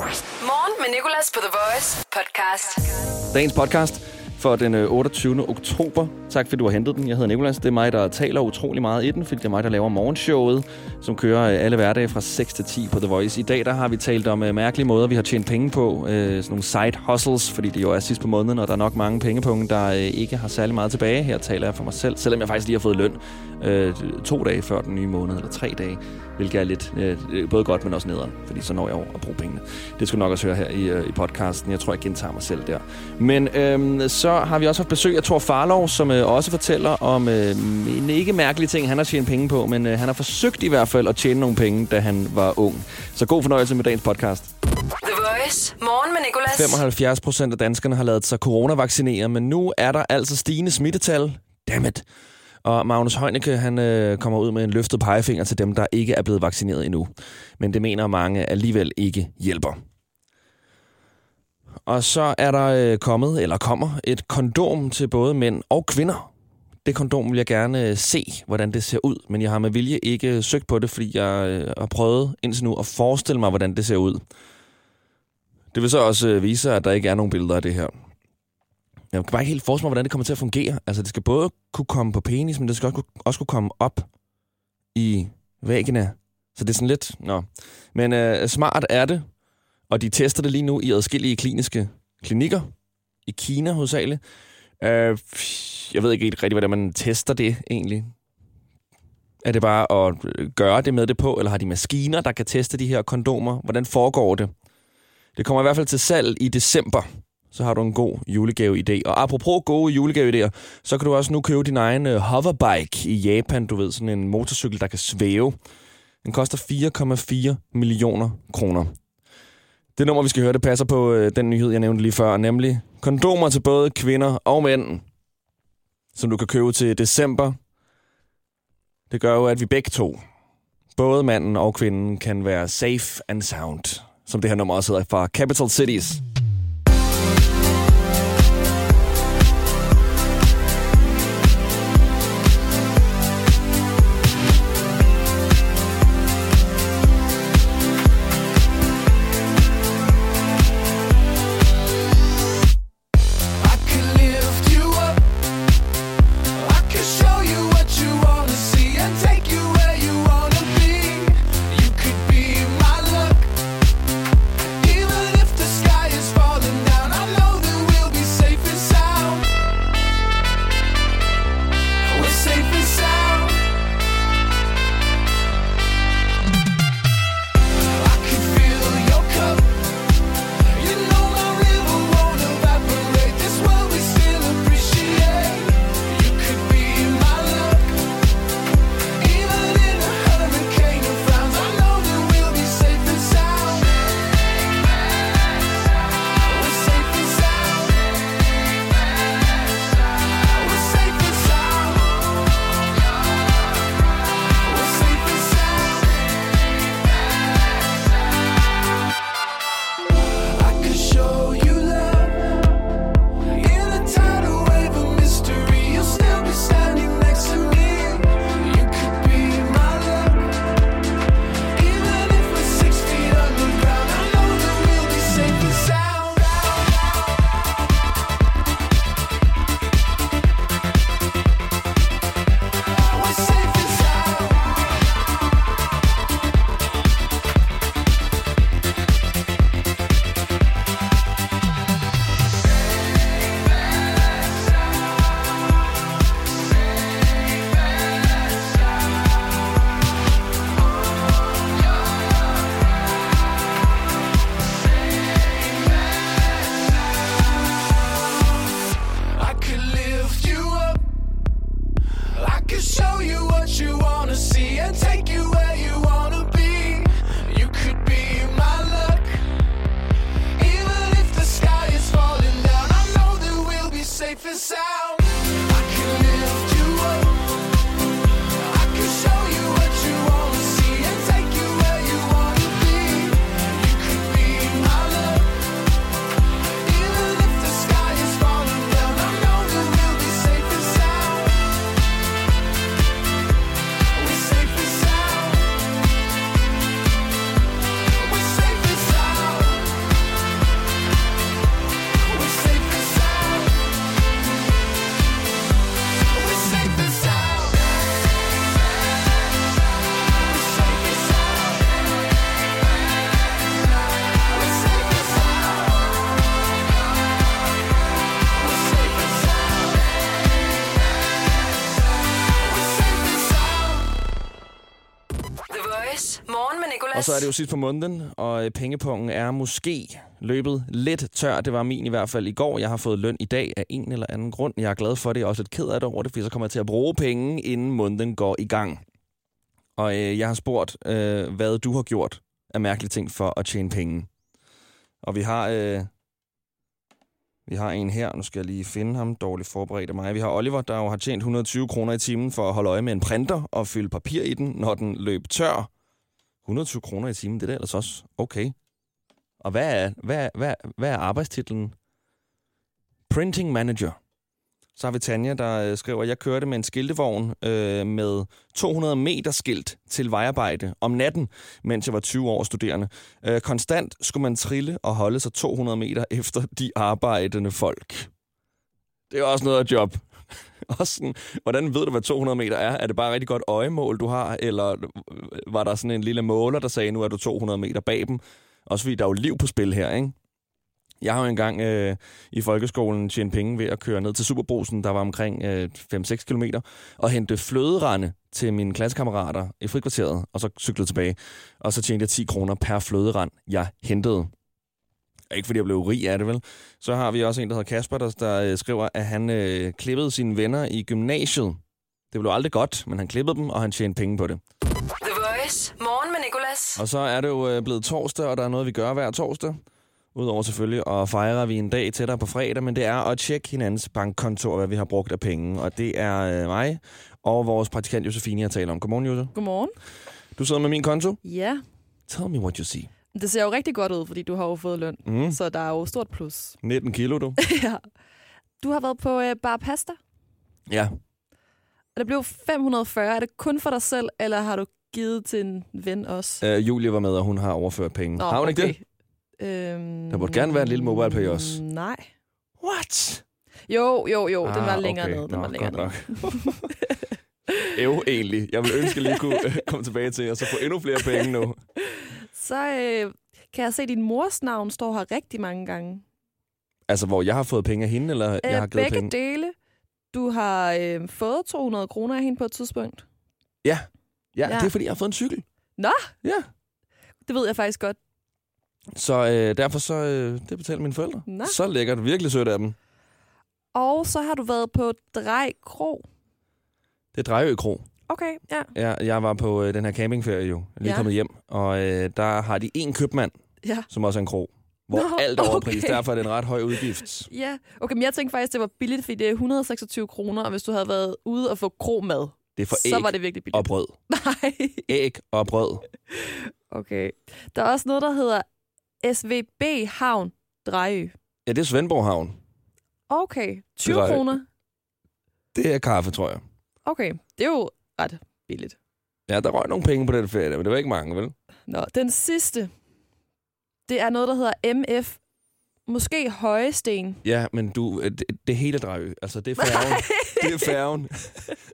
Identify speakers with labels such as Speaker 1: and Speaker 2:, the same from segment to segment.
Speaker 1: Morgen med Nicolas på The Voice podcast.
Speaker 2: dagens podcast for den øh, 28. oktober. Tak fordi du har hentet den. Jeg hedder Nikolas. Det er mig, der taler utrolig meget i den, fordi det er mig, der laver morgenshowet, som kører øh, alle hverdage fra 6 til 10 på The Voice. I dag der har vi talt om øh, mærkelige måder, vi har tjent penge på. Øh, sådan nogle side hustles, fordi det jo er sidst på måneden, og der er nok mange pengepunkter, der øh, ikke har særlig meget tilbage. Her taler jeg for mig selv, selvom jeg faktisk lige har fået løn øh, to dage før den nye måned, eller tre dage, hvilket er lidt øh, både godt, men også nederen, fordi så når jeg over at bruge pengene. Det skal du nok også høre her i, øh, i podcasten. Jeg tror, jeg gentager mig selv der. Men øhm, så har vi også haft besøg af Thor Farlov, som øh, også fortæller om øh, en ikke mærkelig ting, han har tjent penge på, men øh, han har forsøgt i hvert fald at tjene nogle penge, da han var ung. Så god fornøjelse med dagens podcast.
Speaker 1: The Voice. Morgen med Nicolas.
Speaker 2: 75 procent af danskerne har lavet sig coronavaccinere, men nu er der altså stigende smittetal. Dammit. Og Magnus Heunicke, han øh, kommer ud med en løftet pegefinger til dem, der ikke er blevet vaccineret endnu. Men det mener mange alligevel ikke hjælper. Og så er der øh, kommet, eller kommer, et kondom til både mænd og kvinder. Det kondom vil jeg gerne øh, se, hvordan det ser ud, men jeg har med vilje ikke øh, søgt på det, fordi jeg øh, har prøvet indtil nu at forestille mig, hvordan det ser ud. Det vil så også øh, vise sig, at der ikke er nogen billeder af det her. Jeg kan bare ikke helt forestille mig, hvordan det kommer til at fungere. Altså, det skal både kunne komme på penis, men det skal også, kunne- også kunne komme op i væggene. Så det er sådan lidt... Nå. Men øh, smart er det, og de tester det lige nu i adskillige kliniske klinikker. I Kina hovedsageligt. Øh, pff, jeg ved ikke helt rigtigt, hvordan man tester det egentlig. Er det bare at øh, gøre det med det på, eller har de maskiner, der kan teste de her kondomer? Hvordan foregår det? Det kommer i hvert fald til salg i december. Så har du en god julegave-idé. Og apropos gode julegave-idéer, så kan du også nu købe din egen øh, hoverbike i Japan. Du ved, sådan en motorcykel, der kan svæve. Den koster 4,4 millioner kroner. Det nummer, vi skal høre, det passer på øh, den nyhed, jeg nævnte lige før, nemlig kondomer til både kvinder og mænd, som du kan købe til december. Det gør jo, at vi begge to, både manden og kvinden, kan være safe and sound, som det her nummer også hedder fra Capital Cities.
Speaker 3: I can lift you up. I can show you what you wanna see and take you where you wanna be. You could be my luck, even if the sky is
Speaker 2: så er det jo sidst på måneden, og øh, pengepunkten er måske løbet lidt tør. Det var min i hvert fald i går. Jeg har fået løn i dag af en eller anden grund. Jeg er glad for det. Jeg er også lidt ked af det over det, fordi så kommer jeg til at bruge penge, inden måneden går i gang. Og øh, jeg har spurgt, øh, hvad du har gjort af mærkelige ting for at tjene penge. Og vi har... Øh, vi har en her, nu skal jeg lige finde ham, dårligt forberedt af mig. Vi har Oliver, der jo har tjent 120 kroner i timen for at holde øje med en printer og fylde papir i den, når den løb tør. 120 kroner i timen, det er da ellers også okay. Og hvad er, hvad, er- hvad, er- hvad er arbejdstitlen? Printing Manager. Så har vi Tanja, der øh, skriver, jeg kørte med en skiltevogn øh, med 200 meter skilt til vejarbejde om natten, mens jeg var 20 år studerende. Øh, konstant skulle man trille og holde sig 200 meter efter de arbejdende folk. Det er også noget af job. Også sådan, hvordan ved du, hvad 200 meter er? Er det bare rigtig godt øjemål, du har? Eller var der sådan en lille måler, der sagde, nu er du 200 meter bag dem? Også fordi der er jo liv på spil her, ikke? Jeg har jo engang øh, i folkeskolen tjent penge ved at køre ned til Superbrusen, der var omkring øh, 5-6 km, og hente fløderende til mine klassekammerater i frikvarteret, og så cyklede tilbage. Og så tjente jeg 10 kroner per fløderand, jeg hentede. Ikke fordi jeg blev rig af det, vel? Så har vi også en, der hedder Kasper, der, der øh, skriver, at han øh, klippede sine venner i gymnasiet. Det blev aldrig godt, men han klippede dem, og han tjente penge på det.
Speaker 1: The Voice. Morgen med Nicolas.
Speaker 2: Og så er det jo øh, blevet torsdag, og der er noget, vi gør hver torsdag. Udover selvfølgelig at fejre, vi en dag tættere på fredag, men det er at tjekke hinandens bankkonto og hvad vi har brugt af penge. Og det er øh, mig og vores praktikant Josefine, jeg taler om. Godmorgen, Jose.
Speaker 4: Godmorgen.
Speaker 2: Du sidder med min konto.
Speaker 4: Ja,
Speaker 2: Tell me what you see.
Speaker 4: det ser jo rigtig godt ud, fordi du har jo fået løn.
Speaker 2: Mm.
Speaker 4: Så der er jo stort plus.
Speaker 2: 19 kilo, du.
Speaker 4: ja. Du har været på øh, Bar Pasta,
Speaker 2: ja.
Speaker 4: og det blev 540. Er det kun for dig selv, eller har du givet til en ven også?
Speaker 2: Øh, Julie var med, og hun har overført penge. har hun ikke det?
Speaker 4: Øhm,
Speaker 2: Der burde gerne være en lille mobile pay også.
Speaker 4: Nej.
Speaker 2: What?
Speaker 4: Jo, jo, jo. den var
Speaker 2: Ah,
Speaker 4: længere
Speaker 2: okay.
Speaker 4: ned. Den
Speaker 2: Nå,
Speaker 4: var længere
Speaker 2: godt nok. Ev, egentlig. Jeg vil ønske, at jeg lige kunne øh, komme tilbage til, og så få endnu flere penge nu.
Speaker 4: Så øh, kan jeg se, at din mors navn står her rigtig mange gange.
Speaker 2: Altså, hvor jeg har fået penge af hende, eller øh, jeg har givet
Speaker 4: begge
Speaker 2: penge?
Speaker 4: dele. Du har øh, fået 200 kroner af hende på et tidspunkt.
Speaker 2: Ja. ja. Ja,
Speaker 4: Ja.
Speaker 2: det er, fordi jeg har fået en cykel.
Speaker 4: Nå!
Speaker 2: Ja.
Speaker 4: Det ved jeg faktisk godt.
Speaker 2: Så øh, derfor så, øh, det betaler mine forældre.
Speaker 4: Nå.
Speaker 2: Så lækkert. Virkelig sødt af dem.
Speaker 4: Og så har du været på Drej Kro.
Speaker 2: Det er Drejø Kro.
Speaker 4: Okay, ja.
Speaker 2: Ja, jeg var på øh, den her campingferie jo. Jeg er lige ja.
Speaker 4: Ja.
Speaker 2: kommet hjem. Og øh, der har de en købmand,
Speaker 4: Ja.
Speaker 2: som også er en kro. Hvor
Speaker 4: Nå,
Speaker 2: alt er overpris.
Speaker 4: okay.
Speaker 2: Derfor er det en ret høj udgift.
Speaker 4: Ja, okay, men jeg tænkte faktisk, det var billigt, fordi det er 126 kroner, og hvis du havde været ude og få kromad,
Speaker 2: Det er for æg
Speaker 4: så var det virkelig billigt.
Speaker 2: og brød.
Speaker 4: Nej.
Speaker 2: Æg og brød.
Speaker 4: Okay. Der er også noget, der hedder SVB Havn Drejø.
Speaker 2: Ja, det er Svendborg Havn.
Speaker 4: Okay, 20
Speaker 2: Drejø.
Speaker 4: kroner.
Speaker 2: Det er kaffe, tror jeg.
Speaker 4: Okay, det er jo ret billigt.
Speaker 2: Ja, der røg nogle penge på den ferie, der, men det var ikke mange, vel?
Speaker 4: Nå, den sidste, det er noget, der hedder MF. Måske Højesten.
Speaker 2: Ja, men du, øh, det, det hele Drejø. Altså, det er færgen. Det er færgen.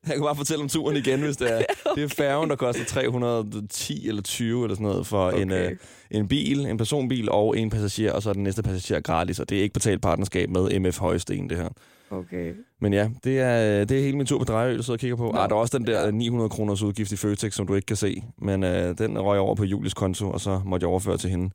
Speaker 2: Jeg kan bare fortælle om turen igen, hvis det er. Det er færgen, der koster 310 eller 20 eller sådan noget for okay. en, øh, en bil, en personbil og en passager, og så er den næste passager gratis, og det er ikke betalt partnerskab med MF Højsten, det her.
Speaker 4: Okay.
Speaker 2: Men ja, det er, øh, det er hele min tur på Drejø, du sidder og kigger på.
Speaker 4: Nå.
Speaker 2: Ah, der er også den der 900 kroners udgift i Føtex, som du ikke kan se, men øh, den røg over på Julies konto, og så måtte jeg overføre til hende.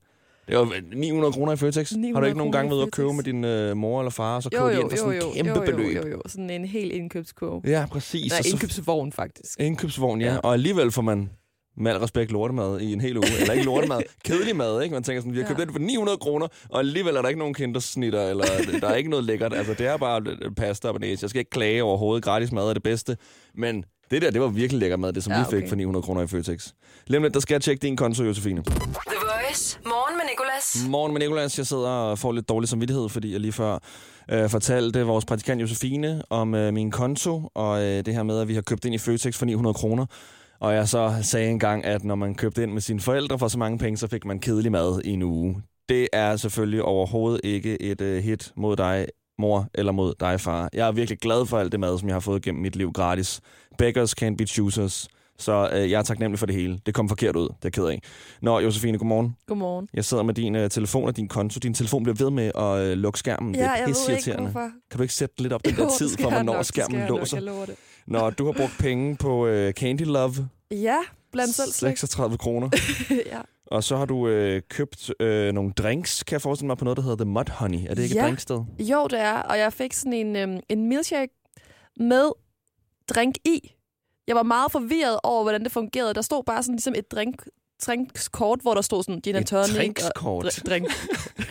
Speaker 2: Det var 900 kroner i Føtex. Har du
Speaker 4: 900
Speaker 2: ikke nogen
Speaker 4: kroner
Speaker 2: gange
Speaker 4: i
Speaker 2: været ude at
Speaker 4: Føtex?
Speaker 2: købe med din øh, mor eller far, og så
Speaker 4: Jo,
Speaker 2: køber de
Speaker 4: jo,
Speaker 2: ind for
Speaker 4: jo,
Speaker 2: sådan
Speaker 4: jo,
Speaker 2: et kæmpe
Speaker 4: jo,
Speaker 2: beløb?
Speaker 4: jo, jo, jo. Sådan en hel indkøbskurve.
Speaker 2: Ja, præcis.
Speaker 4: Nej,
Speaker 2: og så
Speaker 4: indkøbsvogn faktisk.
Speaker 2: Indkøbsvogn, ja. ja.
Speaker 4: Ja.
Speaker 2: Og alligevel får man med al respekt lortemad i en hel uge. Eller ikke lortemad, kedelig mad, ikke? Man tænker sådan, vi har købt
Speaker 4: Ja.
Speaker 2: den for 900 kroner, og alligevel er der ikke nogen kindersnitter, eller der er ikke noget lækkert. Altså, det er bare lidt pasta og næse. Jeg skal ikke klage overhovedet. Gratis mad er det bedste. Men det der, det var virkelig lækker mad, det som ja,
Speaker 4: Ja,
Speaker 2: vi fik
Speaker 4: okay.
Speaker 2: for 900 kroner i Føtex. Lige om lidt, der skal jeg tjekke din konto, Josefine.
Speaker 1: The Voice. Morgen med Nicolas.
Speaker 2: Morgen med Nicolas. Jeg sidder og får lidt dårlig samvittighed, fordi jeg lige før øh, fortalte vores praktikant Josefine om øh, min konto, og øh, det her med, at vi har købt ind i Føtex for 900 kroner. Og jeg så sagde engang, at når man købte ind med sine forældre for så mange penge, så fik man kedelig mad i en uge. Det er selvfølgelig overhovedet ikke et øh, hit mod dig, mor, eller mod dig, far. Jeg er virkelig glad for alt det mad, som jeg har fået gennem mit liv gratis. Beggars can't be choosers. Så øh, jeg er taknemmelig for det hele. Det kom forkert ud. Det er jeg ked af. Nå, Josefine, godmorgen.
Speaker 4: Godmorgen.
Speaker 2: Jeg sidder med din øh, telefon og din konto. Din telefon bliver ved med at øh, lukke skærmen. det
Speaker 4: Ja,
Speaker 2: er
Speaker 4: jeg ved ikke,
Speaker 2: pisseirriterende.
Speaker 4: hvorfor.
Speaker 2: Kan du ikke sætte lidt op den der
Speaker 4: Jo,
Speaker 2: tid
Speaker 4: det
Speaker 2: for,
Speaker 4: skal jeg
Speaker 2: hvornår
Speaker 4: nok, det skal
Speaker 2: skærmen
Speaker 4: jeg nok,
Speaker 2: låser?
Speaker 4: jeg lover det.
Speaker 2: Når du har brugt penge på øh, Candy Love,
Speaker 4: Ja, blandt selv slik.
Speaker 2: 36 kroner.
Speaker 4: ja.
Speaker 2: Og så har du øh, købt øh, nogle drinks, kan jeg forestille mig, på noget, der hedder The Mud Honey. Er det ikke
Speaker 4: Ja.
Speaker 2: et drinksted?
Speaker 4: Jo, det er, og jeg fik sådan en, øhm, en milkshake med drink i. Jeg var meget forvirret over, hvordan det fungerede. Der stod bare sådan ligesom et drink, drinkskort, hvor der stod sådan gin and
Speaker 2: Et
Speaker 4: tonic.
Speaker 2: drinkskort?
Speaker 4: Og, dr- drink.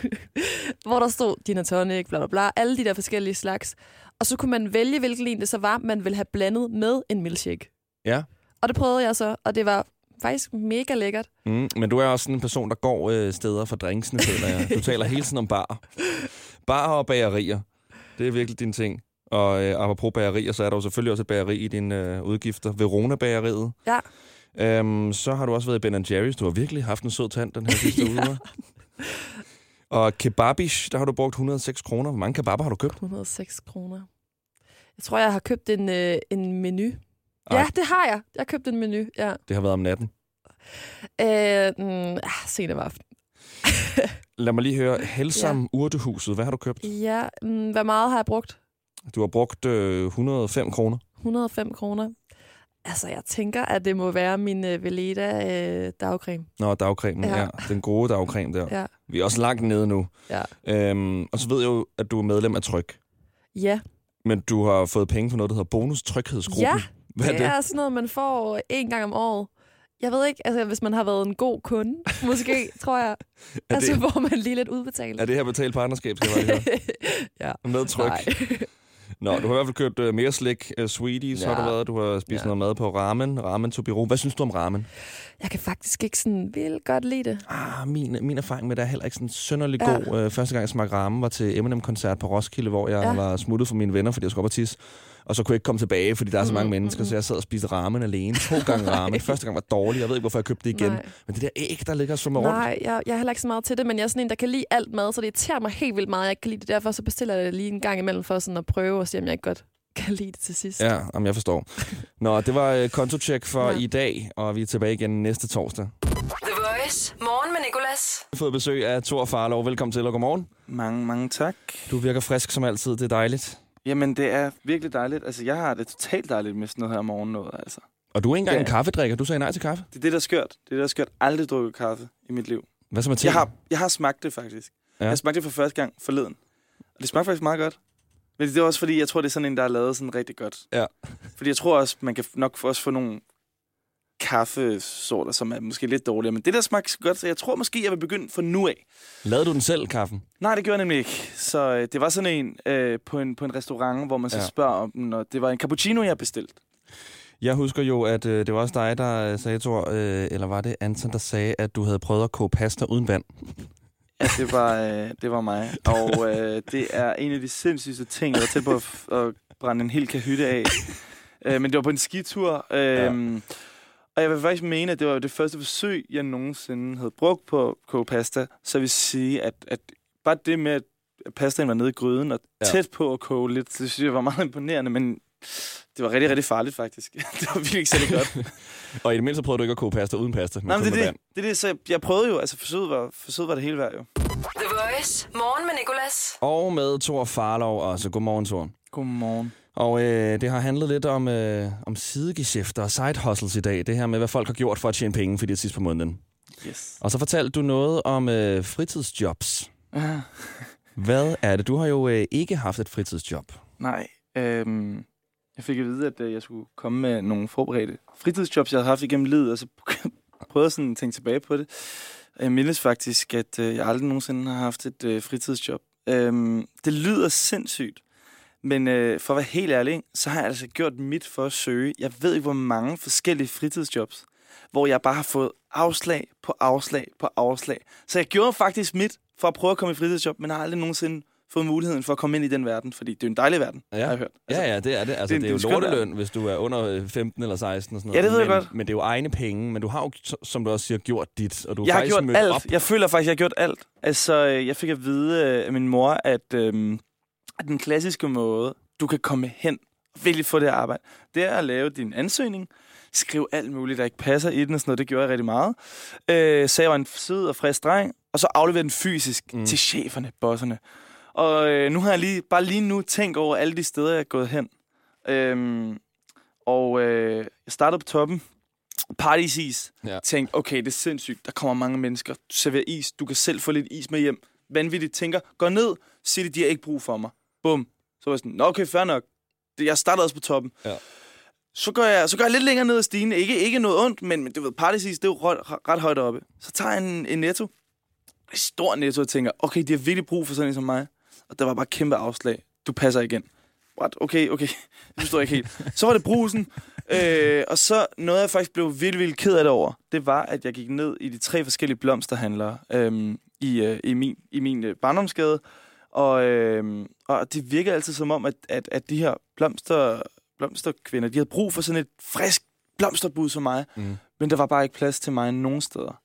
Speaker 4: hvor der stod gin and tonic, bla bla bla, alle de der forskellige slags. Og så kunne man vælge, hvilken en det så var, man ville have blandet med en milkshake.
Speaker 2: Ja.
Speaker 4: Og det prøvede jeg så, og det var faktisk mega lækkert.
Speaker 2: Mm, men du er også sådan en person, der går øh, steder for drinksene, føler jeg. Du taler hele tiden om bar. Bar og bagerier. Det er virkelig din ting. Og øh, apropos bagerier, så er der jo selvfølgelig også et bageri i dine øh, udgifter. Verona-bageriet.
Speaker 4: Ja.
Speaker 2: Øhm, så har du også været i Ben Jerry's. Du har virkelig haft en sød tand den her sidste
Speaker 4: Ja.
Speaker 2: uge. hva'? Og kebabish, der har du brugt 106 kroner. Hvor mange kebaber har du købt?
Speaker 4: 106 kroner. Jeg tror, jeg har købt en, øh, en menu.
Speaker 2: Ej.
Speaker 4: Ja, det har jeg. Jeg har købt en menu, ja.
Speaker 2: Det har været om natten.
Speaker 4: Øh, mm, ah, sent om aftenen.
Speaker 2: Lad mig lige høre. Helsam ja. Urtehuset, hvad har du købt?
Speaker 4: Ja, mm, hvad meget har jeg brugt?
Speaker 2: Du har brugt øh, 105 kroner.
Speaker 4: 105 kroner. Altså, jeg tænker, at det må være min øh, Veleda øh, dagcreme.
Speaker 2: Nå, dagcremen, ja.
Speaker 4: Ja.
Speaker 2: ja. Den gode dagcreme der.
Speaker 4: Ja.
Speaker 2: Vi er også langt nede nu.
Speaker 4: Ja.
Speaker 2: Øhm, og så ved jeg jo, at du er medlem af Tryk.
Speaker 4: Ja,
Speaker 2: Men du har fået penge for noget, der hedder Bonus Tryghedsgruppen.
Speaker 4: Ja,
Speaker 2: Hvad er det?
Speaker 4: er sådan noget, man får en gang om året. Jeg ved ikke, altså, hvis man har været en god kunde, måske, tror jeg.
Speaker 2: Er
Speaker 4: Altså,
Speaker 2: det-
Speaker 4: hvor man lige lidt udbetalt.
Speaker 2: Er det her betalt partnerskab, skal jeg bare lige høre?
Speaker 4: ja.
Speaker 2: Med Tryk.
Speaker 4: Nej.
Speaker 2: Nå, du har i hvert fald købt øh, mere slik, øh, sweeties ja. har
Speaker 4: Ja.
Speaker 2: du været. Du har spist ja.
Speaker 4: Ja.
Speaker 2: noget mad på ramen, ramen to bureau. Hvad synes du om ramen?
Speaker 4: Jeg kan faktisk ikke sådan vildt godt lide det.
Speaker 2: Ah, min, min erfaring med det er heller ikke sådan synderlig ja.
Speaker 4: Ja.
Speaker 2: god. Øh, første gang jeg smagte ramen var til Eminem-koncert på Roskilde, hvor jeg ja.
Speaker 4: Ja.
Speaker 2: var smuttet fra mine venner, fordi jeg skulle op og tisse. Og så kunne jeg ikke komme tilbage, fordi
Speaker 4: Mm-hmm,
Speaker 2: der er så mange mennesker, så jeg sad og spiste ramen alene. To gange ramen. Første gang var dårlig. Jeg ved ikke, hvorfor jeg købte det igen.
Speaker 4: Nej.
Speaker 2: Men det der æg, der ligger som rundt.
Speaker 4: Nej, jeg, jeg er heller ikke så meget til det, men jeg er sådan en, der kan lide alt mad, så det irriterer mig helt vildt meget, jeg ikke kan lide det. Derfor så bestiller jeg det lige en gang imellem for sådan at prøve og se, om jeg ikke godt kan lide det til sidst.
Speaker 2: Ja, jamen, jeg forstår. Nå, det var øh, kontotjek for
Speaker 4: Ja.
Speaker 2: i dag, og vi er tilbage igen næste torsdag. Vi
Speaker 1: The Voice. Morgen med Nicolas.
Speaker 2: har fået besøg af Thor Farlov. Velkommen til, og godmorgen.
Speaker 5: Mange, mange tak.
Speaker 2: Du virker frisk som altid. Det er dejligt.
Speaker 5: Jamen, det er virkelig dejligt. Altså, jeg har det totalt dejligt med sådan noget her morgen noget, altså.
Speaker 2: Og du er ikke engang
Speaker 5: Ja.
Speaker 2: en kaffedrikker. Du sagde nej til kaffe.
Speaker 5: Det er det, der er skørt. Det er det, der er skørt. Aldrig drukket kaffe i mit liv.
Speaker 2: Hvad så med te?
Speaker 5: Jeg har, jeg har smagt det, faktisk.
Speaker 2: Ja.
Speaker 5: Ja. Jeg smagte det for første gang forleden. Og det smagte faktisk meget godt. Men det er også fordi, jeg tror, det er sådan en, der er lavet sådan rigtig godt.
Speaker 2: Ja.
Speaker 5: Fordi jeg tror også, man kan nok også få nogle kaffesorter, som er måske lidt dårligere. Men det der smagte så godt, så jeg tror måske, jeg vil begynde fra nu af.
Speaker 2: Lavede du den selv, kaffen?
Speaker 5: Nej, det gjorde jeg nemlig ikke. Så øh, det var sådan en, øh, på en på en restaurant, hvor man så
Speaker 2: Ja.
Speaker 5: ja. spørger om den, og det var en cappuccino, jeg bestilte.
Speaker 2: Jeg husker jo, at øh, det var også dig, der øh, sagde, Thor, øh, eller var det Anton, der sagde, at du havde prøvet at koge pasta uden vand.
Speaker 5: Ja, det var, øh, det var mig. Og øh, det er en af de sindssygeste ting, jeg var tæt på at, f- at brænde en hel kahytte af. Øh, men det var på en skitur. Øh,
Speaker 2: Ja.
Speaker 5: ja. Og jeg vil faktisk mene, at det var det første forsøg, jeg nogensinde havde brugt på at koge pasta. Så jeg vil sige, at, at bare det med, at pastaen var nede i gryden og
Speaker 2: Ja.
Speaker 5: ja. tæt på at koge lidt, det synes jeg var meget imponerende, men det var rigtig, rigtig farligt faktisk. det var virkelig ikke særlig godt.
Speaker 2: Og i det mindste prøvede du ikke at koge pasta uden pasta, men
Speaker 5: Nej,
Speaker 2: kun
Speaker 5: men det
Speaker 2: med
Speaker 5: er det.
Speaker 2: vand.
Speaker 5: det, er det. Så jeg, jeg prøvede jo, altså forsøget var, forsøget var det hele værd jo.
Speaker 1: The Voice. Morgen med Nicolas.
Speaker 2: Og med Thor Farlov også. Godmorgen, Thor.
Speaker 5: Godmorgen.
Speaker 2: Og øh, det har handlet lidt om, øh, om sidegeschæfter og side hustles i dag. Det her med, hvad folk har gjort for at tjene penge for det sidste på måneden.
Speaker 5: Yes.
Speaker 2: Og så fortalte du noget om øh, fritidsjobs.
Speaker 5: Ah.
Speaker 2: Hvad er det? Du har jo øh, ikke haft et fritidsjob.
Speaker 5: Nej. Øhm, jeg fik at vide, at øh, jeg skulle komme med nogle forberedte fritidsjobs, jeg havde haft igennem livet, og så prøvede jeg sådan at tænke tilbage på det. Og jeg mindes faktisk, at øh, jeg aldrig nogensinde har haft et øh, fritidsjob. Øhm, det lyder sindssygt, men øh, for at være helt ærlig, så har jeg altså gjort mit for at søge. Jeg ved ikke, hvor mange forskellige fritidsjobs, hvor jeg bare har fået afslag på afslag på afslag. Så jeg gjorde faktisk mit for at prøve at komme i fritidsjob, men har aldrig nogensinde fået muligheden for at komme ind i den verden, fordi det er jo en dejlig verden,
Speaker 2: Ja.
Speaker 5: har jeg hørt.
Speaker 2: Ja, ja, det er det. Altså, det,
Speaker 5: det-
Speaker 2: det er jo
Speaker 5: det er skønt,
Speaker 2: lorteløn, hvis du er under øh, 15 eller 16 og sådan noget.
Speaker 5: Ja, det ved jeg
Speaker 2: men,
Speaker 5: godt.
Speaker 2: Men det er jo egne penge, men du har jo, t- som du også siger, gjort dit, og du er
Speaker 5: jeg har
Speaker 2: faktisk
Speaker 5: gjort
Speaker 2: mødt
Speaker 5: alt.
Speaker 2: op.
Speaker 5: Jeg føler faktisk, jeg har gjort alt. Altså, øh, jeg fik at vide øh, af min mor, at, øhm, at den klassiske måde, du kan komme hen og virkelig få det arbejde, det er at lave din ansøgning, skrive alt muligt, der ikke passer i den og sådan noget. Det gjorde jeg rigtig meget. Øh, så jeg var en sød og frisk dreng, og så afleverede den fysisk
Speaker 2: Mm.
Speaker 5: mm. til cheferne, bosserne. Og øh, nu har jeg lige, bare lige nu tænkt over alle de steder, jeg er gået hen. Øhm, og øh, jeg startede på toppen. parties is.
Speaker 2: Ja.
Speaker 5: Ja. Tænkte, okay, det er sindssygt. Der kommer mange mennesker. Du serverer is. Du kan selv få lidt is med hjem. Vanvittigt tænker. Gå ned. Sig det, de har ikke brug for mig. Bum. Så var jeg sådan, nå okay, fair nok. Det- Jeg startede også på toppen.
Speaker 2: Ja.
Speaker 5: Så går, jeg, så går jeg lidt længere ned ad stigen. Ikke, ikke noget ondt, men, men du ved, parties is, det er jo ret, ret højt oppe. Så tager jeg en, en netto. En stor netto og tænker, okay, de har virkelig brug for sådan en som mig. Og der var bare kæmpe afslag. Du passer igen. What? Okay, okay. Det forstår jeg ikke helt. Så var det brusen. Øh, og så noget, jeg faktisk blev vildt, vildt ked af det over, det var, at jeg gik ned i de tre forskellige blomsterhandlere øhm, i, øh, i min, i min øh, barndomsgade. Og, øh, og det virker altid som om, at, at, at de her blomster, blomsterkvinder, de havde brug for sådan et frisk blomsterbud som mig.
Speaker 2: Mm.
Speaker 5: Mm. Men der var bare ikke plads til mig nogen steder.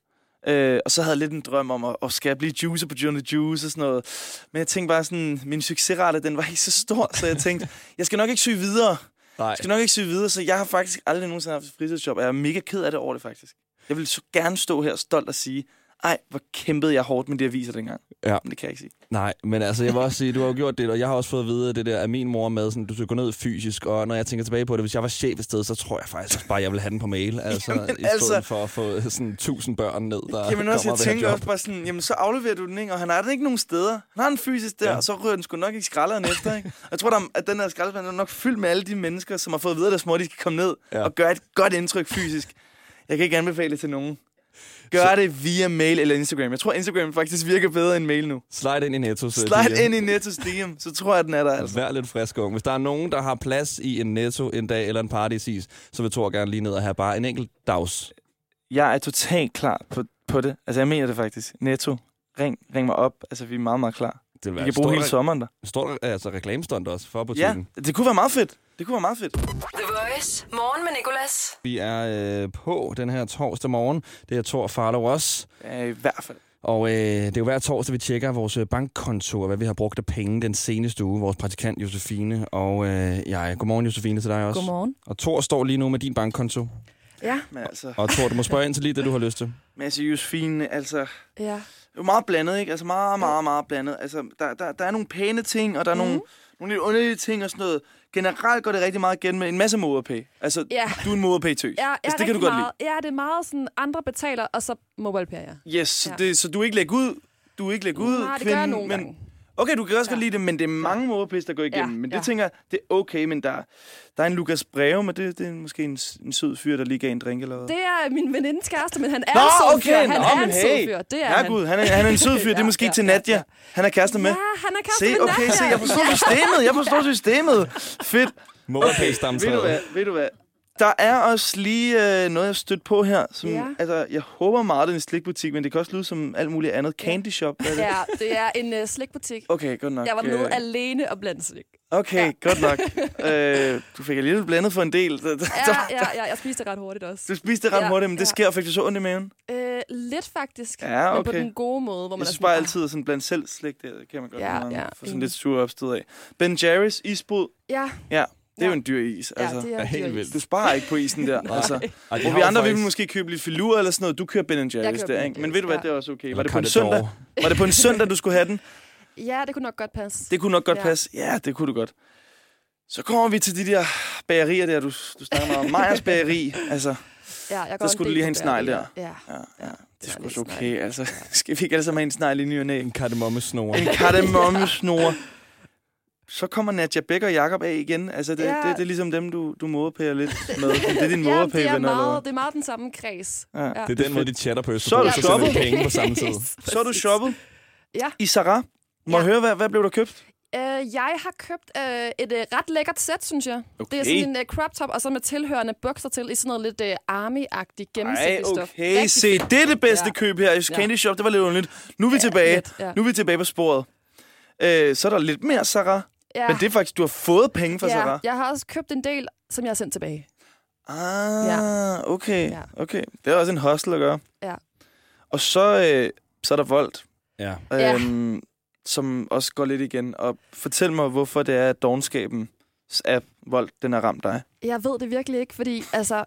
Speaker 5: Øh, og så havde jeg lidt en drøm om, at, at skal jeg blive juicer på Journey Juice og sådan noget. Men jeg tænkte bare sådan, min succesrate, den var ikke så stor, så jeg tænkte, jeg skal nok ikke søge videre.
Speaker 2: Nej.
Speaker 5: Jeg skal nok ikke søge videre, så jeg har faktisk aldrig nogensinde haft et fritidsjob, og jeg er mega ked af det over det faktisk. Jeg ville så gerne stå her stolt og sige, ej, hvor kæmpede jeg hårdt med det, jeg viser dengang.
Speaker 2: Ja.
Speaker 5: Men det kan jeg ikke sige.
Speaker 2: Nej, men altså, jeg vil også sige, du har jo gjort det, og jeg har også fået at vide at det der af min mor med, sådan, du skal gå ned fysisk, og når jeg tænker tilbage på det, hvis jeg var chef et sted, så tror jeg faktisk også bare, jeg ville have den på mail, altså,
Speaker 5: Jamen,
Speaker 2: i stedet
Speaker 5: altså.
Speaker 2: for at få øh, sådan 1000 børn ned, der
Speaker 5: Jamen også,
Speaker 2: kommer
Speaker 5: jeg
Speaker 2: ved at
Speaker 5: tænker
Speaker 2: job.
Speaker 5: også bare sådan, jamen så afleverer du den, ikke? og han har den ikke nogen steder. Han har den fysisk der,
Speaker 2: Ja.
Speaker 5: ja. og så rører den sgu nok ikke skralderen efter. Ikke? Og jeg tror, der, er- at den her skraldespand er nok fyldt med alle de mennesker, som har fået at vide, at deres mor, de skal komme ned
Speaker 2: Ja.
Speaker 5: ja. og gøre et godt indtryk fysisk. Jeg kan ikke anbefale det til nogen. Gør så... det via mail eller Instagram. Jeg tror, Instagram faktisk virker bedre end mail nu.
Speaker 2: Slide ind i Netto. så
Speaker 5: Slide
Speaker 2: de- øh,
Speaker 5: ind i Netto's DM, så tror jeg, den er der altså.
Speaker 2: Vær lidt frisk, ung. Hvis der er nogen, der har plads i en netto en dag eller en party sis, så vil Thor gerne lige ned og have bare en enkelt dags.
Speaker 5: Jeg er totalt klar på, på det. Altså, jeg mener det faktisk. Netto, ring, ring mig op. Altså, vi er meget, meget klar.
Speaker 2: Det vil
Speaker 5: Vi
Speaker 2: være
Speaker 5: kan
Speaker 2: et
Speaker 5: bruge
Speaker 2: stort
Speaker 5: hele
Speaker 2: re-
Speaker 5: sommeren der.
Speaker 2: Stort altså, reklamestund også for
Speaker 5: Ja,
Speaker 2: butikken.
Speaker 5: det kunne være meget fedt. Det kunne være meget fedt.
Speaker 1: The Voice. Morgen med Nicolas.
Speaker 2: Vi er øh, på den her torsdag morgen. Det er Thor Farlow også.
Speaker 5: Ja, i hvert fald.
Speaker 2: Og øh, det er jo hver torsdag, vi tjekker vores øh, bankkonto og hvad vi har brugt af penge den seneste uge. Vores praktikant Josefine og øh, jeg. Godmorgen Josefine til dig også.
Speaker 4: Godmorgen.
Speaker 2: Og Thor står lige nu med din bankkonto.
Speaker 4: Ja.
Speaker 5: Men altså,
Speaker 2: Og Thor, du må spørge ind til lige det, du har lyst til.
Speaker 5: men altså Josefine, altså,
Speaker 4: Ja.
Speaker 5: det er jo Mhm. meget blandet, ikke? Altså, meget, meget, meget blandet. Altså, der, der, der er nogle pæne ting, og der er nogle, nogle lidt underlige ting og sådan noget. Generelt går det rigtig meget igen med en masse moderpæg. Altså,
Speaker 4: Ja.
Speaker 5: du er en moderpæg-tøs.
Speaker 4: Ja, ja,
Speaker 5: altså, det kan du
Speaker 4: rigtig
Speaker 5: godt
Speaker 4: meget, lide. Ja, det er meget sådan, andre betaler, og så MobilePay, ja.
Speaker 5: lide. Yes, så,
Speaker 4: Ja.
Speaker 5: det, så du er ikke lægge ud. Du er ikke lægge ud,
Speaker 4: Nej, det gør jeg nogle
Speaker 5: men,
Speaker 4: gange.
Speaker 5: Okay, du kan også ja. godt
Speaker 4: Ja.
Speaker 5: lide det, men det er mange moderpis, der går igennem.
Speaker 4: Ja,
Speaker 5: Ja. Men det
Speaker 4: ja.
Speaker 5: tænker jeg, det er okay, men der, der er en Lukas Breve, men det, det er måske en, s- en sød fyr, der lige gav en drink eller hvad.
Speaker 4: Det er min venindes kæreste, men han er
Speaker 5: Nå,
Speaker 4: en sød
Speaker 5: okay,
Speaker 4: fyr. Han
Speaker 5: nå,
Speaker 4: er
Speaker 5: men
Speaker 4: en
Speaker 5: hey.
Speaker 4: sød fyr. Det er
Speaker 5: Ja,
Speaker 4: han.
Speaker 5: Gud, han er, han er en sød fyr. Det er
Speaker 4: Ja,
Speaker 5: måske
Speaker 4: ja,
Speaker 5: til
Speaker 4: ja,
Speaker 5: Nadia.
Speaker 4: ja.
Speaker 5: Han er kæresten med.
Speaker 4: Ja, han er kæreste
Speaker 5: Se,
Speaker 4: med
Speaker 5: okay,
Speaker 4: Nadia.
Speaker 5: se, jeg forstår systemet. Jeg forstår systemet. Fedt. Ved du hvad?
Speaker 2: Motorpay-stamtræet.
Speaker 5: Ved du hvad? Der er også lige øh, noget, jeg stødt på her. Som,
Speaker 4: Ja.
Speaker 5: ja. altså, jeg håber meget, det er en slikbutik, men det kan også lyde som alt muligt andet. Candy shop. Hvad er det?
Speaker 4: Ja, det er en uh, slikbutik.
Speaker 5: Okay, godt nok.
Speaker 4: Jeg var
Speaker 5: Øh,
Speaker 4: nede alene og blandt slik.
Speaker 5: Okay,
Speaker 4: Ja.
Speaker 5: ja. godt nok. øh, du fik alligevel blandet for en del. Der, der,
Speaker 4: Ja, ja, ja, jeg spiste det ret hurtigt også.
Speaker 5: Du spiste det ret
Speaker 4: Ja,
Speaker 5: ja, hurtigt, men det
Speaker 4: ja.
Speaker 5: sker, og fik du så ondt i maven.
Speaker 4: Øh, lidt faktisk,
Speaker 5: Ja,
Speaker 4: men på
Speaker 5: okay.
Speaker 4: den gode måde. Hvor man
Speaker 5: Jeg synes
Speaker 4: er
Speaker 5: bare
Speaker 4: sådan,
Speaker 5: altid, at sådan blandt selv slik, det kan man godt
Speaker 4: Ja, ja,
Speaker 5: ja, ja, få
Speaker 4: enig.
Speaker 5: sådan lidt sur opstød af. Ben Jerry's isbrud,
Speaker 4: Ja,
Speaker 5: ja, det er
Speaker 4: Ja.
Speaker 5: jo en dyr is.
Speaker 4: "Ah, ja
Speaker 5: Altså.
Speaker 4: det
Speaker 2: er
Speaker 4: er
Speaker 2: helt
Speaker 4: dyrt.
Speaker 2: vildt.
Speaker 5: Du sparer ikke på isen der. altså.
Speaker 2: Ej, de har
Speaker 5: Hvor vi
Speaker 2: jo
Speaker 5: andre vil
Speaker 2: faktisk-
Speaker 5: måske købe lidt filur eller sådan noget. Du kører Ben
Speaker 4: kører
Speaker 5: Jerry's der,
Speaker 4: Ben
Speaker 5: ikke? Men
Speaker 4: Jerry's,
Speaker 5: ved du hvad,
Speaker 4: ja.
Speaker 5: det er også okay.
Speaker 2: Eller
Speaker 5: Var det på en
Speaker 2: Carl Dore.
Speaker 5: søndag? Var det på en søndag, du skulle have den?
Speaker 4: Ja, det kunne nok godt passe.
Speaker 5: Det kunne nok godt
Speaker 4: Ja.
Speaker 5: ja. passe. Ja, det kunne du godt. Så kommer vi til de der bagerier der, du, du snakker meget om. Majers bageri, altså.
Speaker 4: ja, jeg
Speaker 5: der skulle du lige have en snegl der.
Speaker 4: Ja,
Speaker 5: Ja, ja. Det
Speaker 4: er
Speaker 5: er sgu
Speaker 4: lidt
Speaker 5: også okay, altså. Skal vi ikke alle sammen have en snegl i ny og næ?
Speaker 2: En kardemommesnore.
Speaker 5: En kardemommesnore. Så kommer Nadja Bæk og Jakob af igen. Altså, det,
Speaker 4: Ja.
Speaker 5: ja. det, det, er ligesom dem, du, du moderpærer lidt med. Det er
Speaker 4: ja
Speaker 5: din
Speaker 4: det,
Speaker 5: moderpære
Speaker 4: er
Speaker 5: venner, eller
Speaker 4: meget,
Speaker 5: hvad?
Speaker 4: det er meget den samme kreds.
Speaker 5: Ja.
Speaker 4: Ja.
Speaker 2: Det er den måde, de chatter på
Speaker 5: Så er
Speaker 2: Østerbro,
Speaker 5: du
Speaker 2: så sender
Speaker 5: stoppet.
Speaker 2: de penge på samme tid.
Speaker 5: Så er du shoppet
Speaker 4: Ja.
Speaker 5: i Sarah. Må
Speaker 4: Ja.
Speaker 5: jeg høre, hvad, hvad blev der købt?
Speaker 4: Øh, jeg har købt øh, et øh, ret lækkert sæt, synes jeg. Okay. Det er
Speaker 5: Okay.
Speaker 4: sådan en øh, crop top, og så med tilhørende bukser til i sådan noget lidt øh, army-agtigt gennemsigtigt stof.
Speaker 5: okay.
Speaker 4: Rigtig
Speaker 5: Se, det er det bedste
Speaker 4: Ja.
Speaker 5: ja. køb her i Candy Shop. Det var lidt underligt. Nu er vi tilbage.
Speaker 4: lidt, ja.
Speaker 5: Nu er vi tilbage på sporet. Øh, så er der lidt mere, Sarah.
Speaker 4: Ja.
Speaker 5: Men det er faktisk, du har fået penge fra
Speaker 4: ja,
Speaker 5: Sarah.
Speaker 4: jeg har også købt en del, som jeg har sendt tilbage.
Speaker 5: Ah, okay.
Speaker 4: Ja.
Speaker 5: okay. Det er også en hustle at gøre.
Speaker 4: Ja.
Speaker 5: Og så, øh, så er der voldt.
Speaker 2: Ja.
Speaker 4: Ja.
Speaker 5: øhm, som også går lidt igen. Og fortæl mig, hvorfor det er, at dogenskabens app, Vold, den har ramt dig.
Speaker 4: Jeg ved det virkelig ikke, fordi altså...